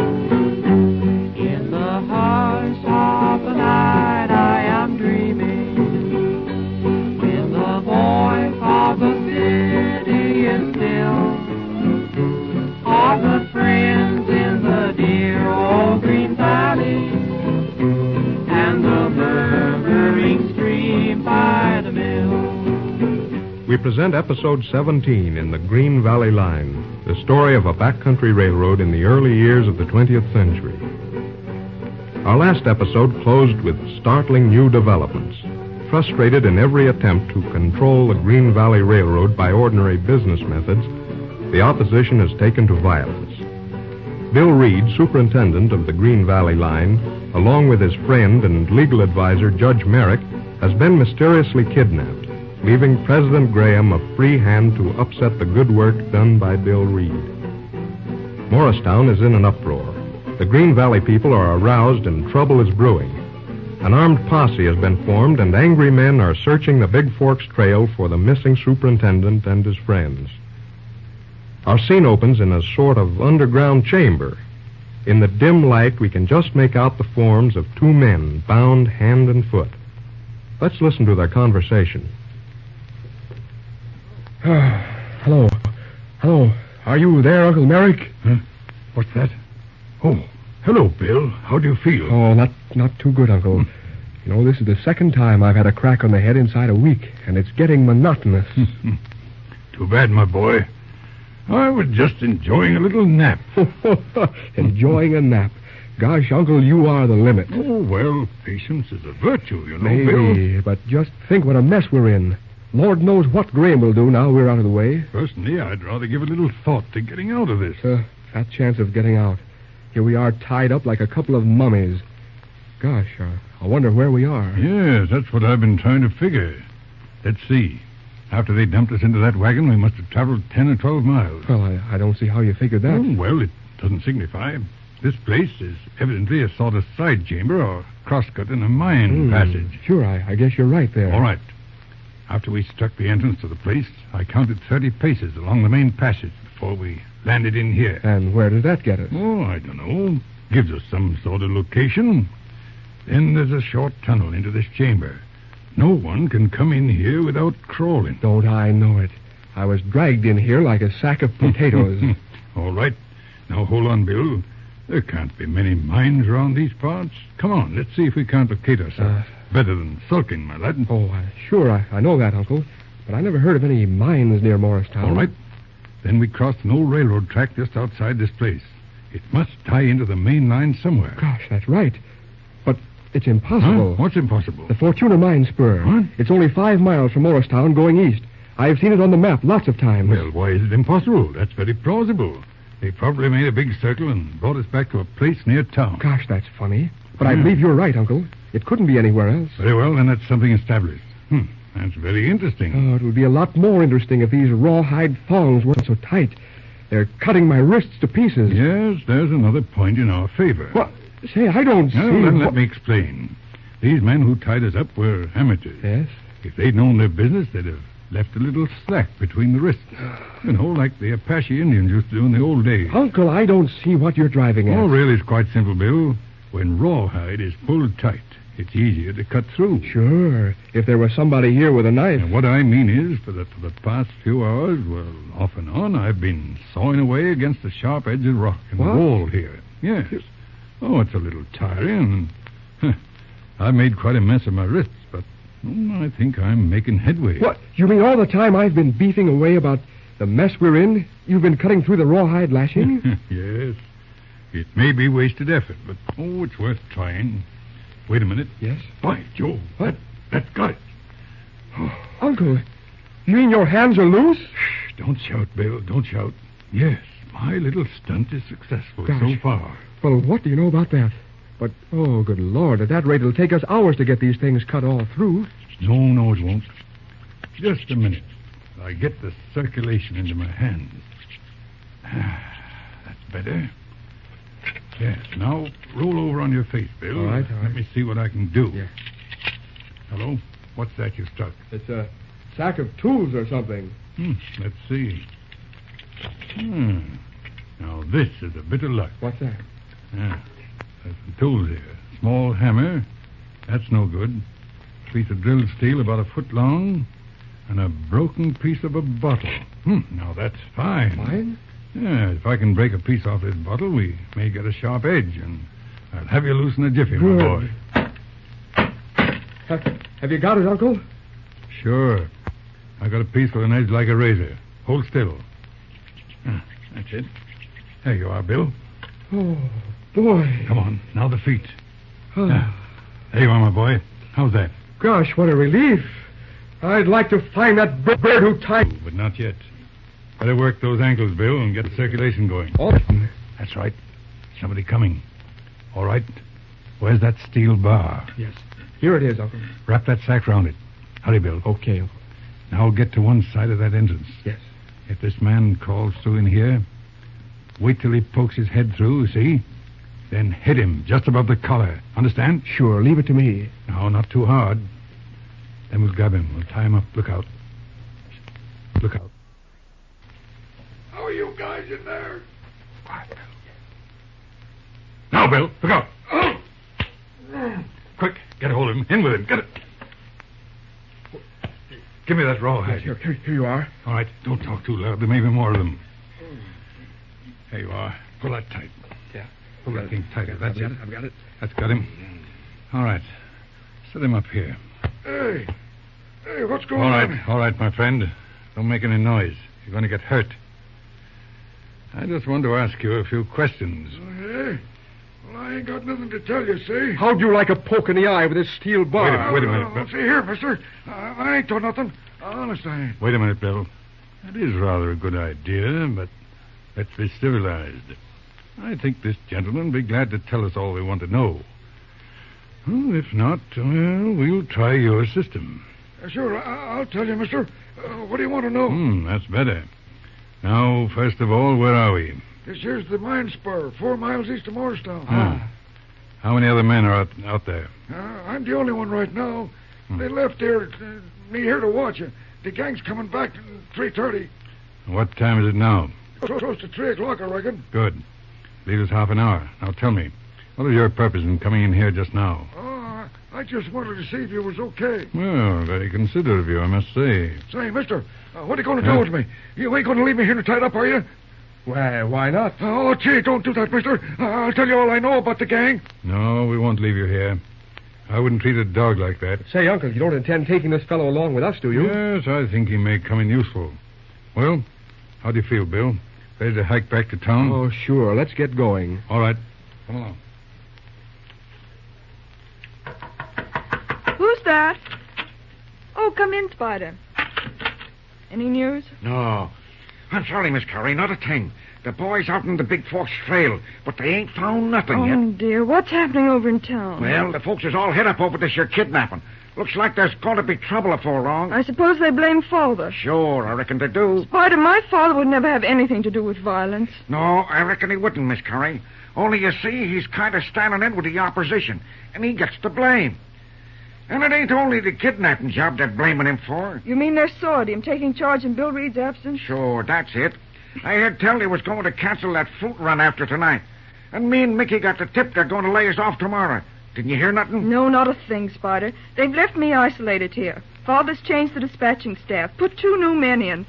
In the hush of the night I am dreaming. When the voice of the city is still, of the friends in the dear old green valley, and the murmuring stream by the mill. We present episode 17 in the Green Valley Line, the story of a backcountry railroad in the early years of the 20th century. Our last episode closed with startling new developments. Frustrated in every attempt to control the Green Valley Railroad by ordinary business methods, the opposition has taken to violence. Bill Reed, superintendent of the Green Valley Line, along with his friend and legal advisor Judge Merrick, has been mysteriously kidnapped, leaving President Graham a free hand to upset the good work done by Bill Reed. Morristown is in an uproar. The Green Valley people are aroused and trouble is brewing. An armed posse has been formed, and angry men are searching the Big Forks Trail for the missing superintendent and his friends. Our scene opens in a sort of underground chamber. In the dim light, we can just make out the forms of two men bound hand and foot. Let's listen to their conversation. Hello. Hello. Are you there, Uncle Merrick? What's that? Oh. Hello, Bill. How do you feel? Oh, not not too good, Uncle. You know, this is the second time I've had a crack on the head inside a week, and it's getting monotonous. Too bad, my boy. I was just enjoying a little nap. Oh. Enjoying a nap. Gosh, Uncle, you are the limit. Oh, well, patience is a virtue, you know, Bill. Maybe, but just think what a mess we're in. Lord knows what Graham will do now we're out of the way. Personally, I'd rather give a little thought to getting out of this. Uh, fat chance of getting out. Here we are tied up like a couple of mummies. Gosh, I, I wonder where we are. Yes, that's what I've been trying to figure. Let's see. After they dumped us into that wagon, we must have traveled 10 or 12 miles. Well, I, I don't see how you figured that. Oh, well, it doesn't signify. This place is evidently a sort of side chamber or crosscut in a mine Hmm, passage. Sure, I, I guess you're right there. All right. After we struck the entrance to the place, I counted 30 paces along the main passage before we landed in here. And where does that get us? Oh, I don't know. Gives us some sort of location. Then there's a short tunnel into this chamber. No one can come in here without crawling. Don't I know it? I was dragged in here like a sack of potatoes. All right. Now hold on, Bill. There can't be many mines around these parts. Come on, let's see if we can't locate ourselves. Better than sulking, my lad. Uh. oh, I, sure, I, I know that, Uncle. But I never heard of any mines near Morristown. All right. Then we crossed an old railroad track just outside this place. It must tie into the main line somewhere. Gosh, that's right. But it's Huh? impossible. What's impossible? The Fortuna Mine Spur. What? It's only five miles from Morristown going east. I've seen it on the map lots of times. Well, why is it impossible? That's very plausible. They probably made a big circle and brought us back to a place near town. Gosh, that's funny. But I Yeah. believe you're right, Uncle. It couldn't be anywhere else. Very well, then that's something established. Hmm. That's very interesting. Oh, it would be a lot more interesting if these rawhide thongs weren't so tight. They're cutting my wrists to pieces. Yes, there's another point in our favor. What? Say, I don't Now, see. then what- let me explain. These men who tied us up were amateurs. Yes. If they'd known their business, they'd have Left a little slack between the wrists. You know, like the Apache Indians used to do in the old days. Uncle, I don't see what you're driving at. Oh, really, it's quite simple, Bill. When rawhide is pulled tight, it's easier to cut through. Sure. If there were somebody here with a knife. And what I mean is, for the, for the past few hours, well, off and on, I've been sawing away against the sharp edge of rock in What? the wall here. Yes. Oh, it's a little tiring. Huh. I made quite a mess of my wrists, but mm, I think I'm making headway. What? You mean all the time I've been beefing away about the mess we're in? You've been cutting through the rawhide lashing? yes. It may be wasted effort, but oh, it's worth trying. Wait a minute. Yes? By Jove. What? That, that's got it. Uncle, you mean your hands are loose? Shh, don't shout, Bill. Don't shout. Yes, my little stunt is successful so Gosh. far. Well, what do you know about that? But, oh, good Lord, at that rate, it'll take us hours to get these things cut all through. No, no, it won't. Just a minute. I get the circulation into my hands. Ah, That's better. Yes, now roll over on your face, Bill. All right, all Let right. me see what I can do. Yeah. Hello? What's that you stuck? It's a sack of tools or something. Hmm, let's see. Hmm. Now, this is a bit of luck. What's that? Yeah. There's some tools here. Small hammer. That's no good. Piece of drilled steel about a foot long. And a broken piece of a bottle. Hmm, now that's fine. Mine? Yeah, if I can break a piece off this bottle, we may get a sharp edge, and I'll have you loose in a jiffy, my Good. boy. Have, have you got it, Uncle? Sure. I got a piece with an edge like a razor. Hold still. Ah, that's it. There you are, Bill. Oh, boy. Come on, now the feet. Oh, Yeah. There you are, my boy. How's that? Gosh, what a relief. I'd like to find that b- bird who tied. But not yet. Better work those ankles, Bill, and get the circulation going. Oh, That's right. Somebody coming. All right. Where's that steel bar? yes. Here it is, Uncle. Wrap that sack round it. Hurry, Bill. Okay, Uncle. Now get to one side of that entrance. Yes. If this man crawls through in here, wait till he pokes his head through, see? Then hit him just above the collar. Understand? Sure, leave it to me. No, not too hard. Then we'll grab him. We'll tie him up. Look out. Look out. How are you guys in there? Quiet, Bill. Now, Bill, look out. Quick, get a hold of him. In with him. Get it. Give me that rawhide. Here, here, here you are. All right, don't talk too loud. There may be more of them. There you are. Pull that tight. Yeah. Pull that thing tighter. That's it. I've got it. That's got him. All right. Set him up here. Hey. Hey, what's going All right, all right, my friend. Don't make any noise. You're going to get hurt. I just wanted to ask you a few questions. Okay. Oh, Well, I ain't got nothing to tell you, see? How'd you like a poke in the eye with this steel Wait a bar? Oh, minute, wait a minute. Bill. see here, mister. I ain't done nothing. Honest, I ain't. Wait a minute, Bill. That is rather a good idea, but let's be civilized. I think this gentleman will be glad to tell us all we want to know. Well, if not, well, we'll try your system. Sure, I- I'll tell you, mister. Uh, what do you want to know? Hmm, that's better. Now, first of all, where are we? This here's the mine spur, four miles east of Morristown. Ah. How many other men are out, out there? Uh, I'm the only one right now. They left here, uh, me here to watch you. The gang's coming back at 3.30. What time is it now? Close, close to 3 o'clock, I reckon. Good. Leave us half an hour. Now tell me, what was your purpose in coming in here just now? Oh, I just wanted to see if you was okay. Well, very considerate of you, I must say. Say, mister, uh, what are you going to Huh? do with me? You ain't going to leave me here tied up, are you? Why, why not? Oh, gee, don't do that, mister. Uh, I'll tell you all I know about the gang. No, we won't leave you here. I wouldn't treat a dog like that. Say, Uncle, you don't intend taking this fellow along with us, do Yes, I think he may come in useful. Well, how do you feel, Bill? Ready to hike back to Hmm. town? Oh, sure. Let's get going. All right. Oh. Come along. Who's that? Oh, come in, Spider. Any news? No. Oh. I'm sorry, Miss Curry, not a thing. The boys out in the Big Forks Trail, but they ain't found nothing yet. Oh, dear. What's happening over in town? Well, the folks is all head up over this here kidnapping. Looks like there's going to be trouble afore long. I suppose they blame father. Sure, I reckon they do. Spider, my father would never have anything to do with violence. No, I reckon he wouldn't, Miss Curry. Only you see, he's kind of standing in with the opposition, and he gets the blame. And it ain't only the kidnapping job they're blaming him for. You mean they're sore at him taking charge in Bill Reed's absence? Sure, that's it. I heard tell they was going to cancel that fruit run after tonight. And me and Mickey got the tip they're going to lay us off tomorrow. Didn't you hear nothing? No, not a thing, Spider. They've left me isolated here. Father's changed the dispatching staff, put two new men in.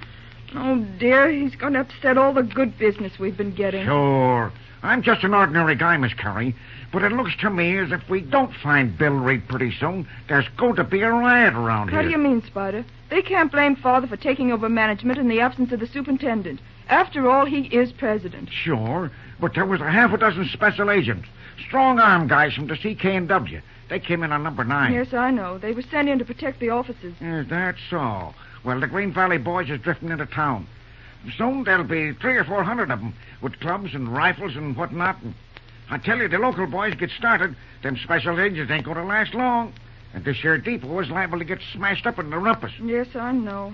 Oh, dear, he's going to upset all the good business we've been getting. Sure. I'm just an ordinary guy, Miss Curry. But it looks to me as if we don't find Bill Reed pretty soon, there's going to be a riot around How do here. you mean, Spider? They can't blame Father for taking over management in the absence of the superintendent. After all, he is president. Sure, but there was a half a dozen special agents, strong arm guys from the CKNW. They came in on number nine. Yes, I know. They were sent in to protect the offices. Yes, Mm, that's all. Well, the Green Valley boys is drifting into town. Soon there'll be three or four hundred of them, with clubs and rifles and whatnot. And I tell you, the local boys get started, them special agents ain't going to last long. And this here depot is liable to get smashed up in the rumpus. Yes, I know.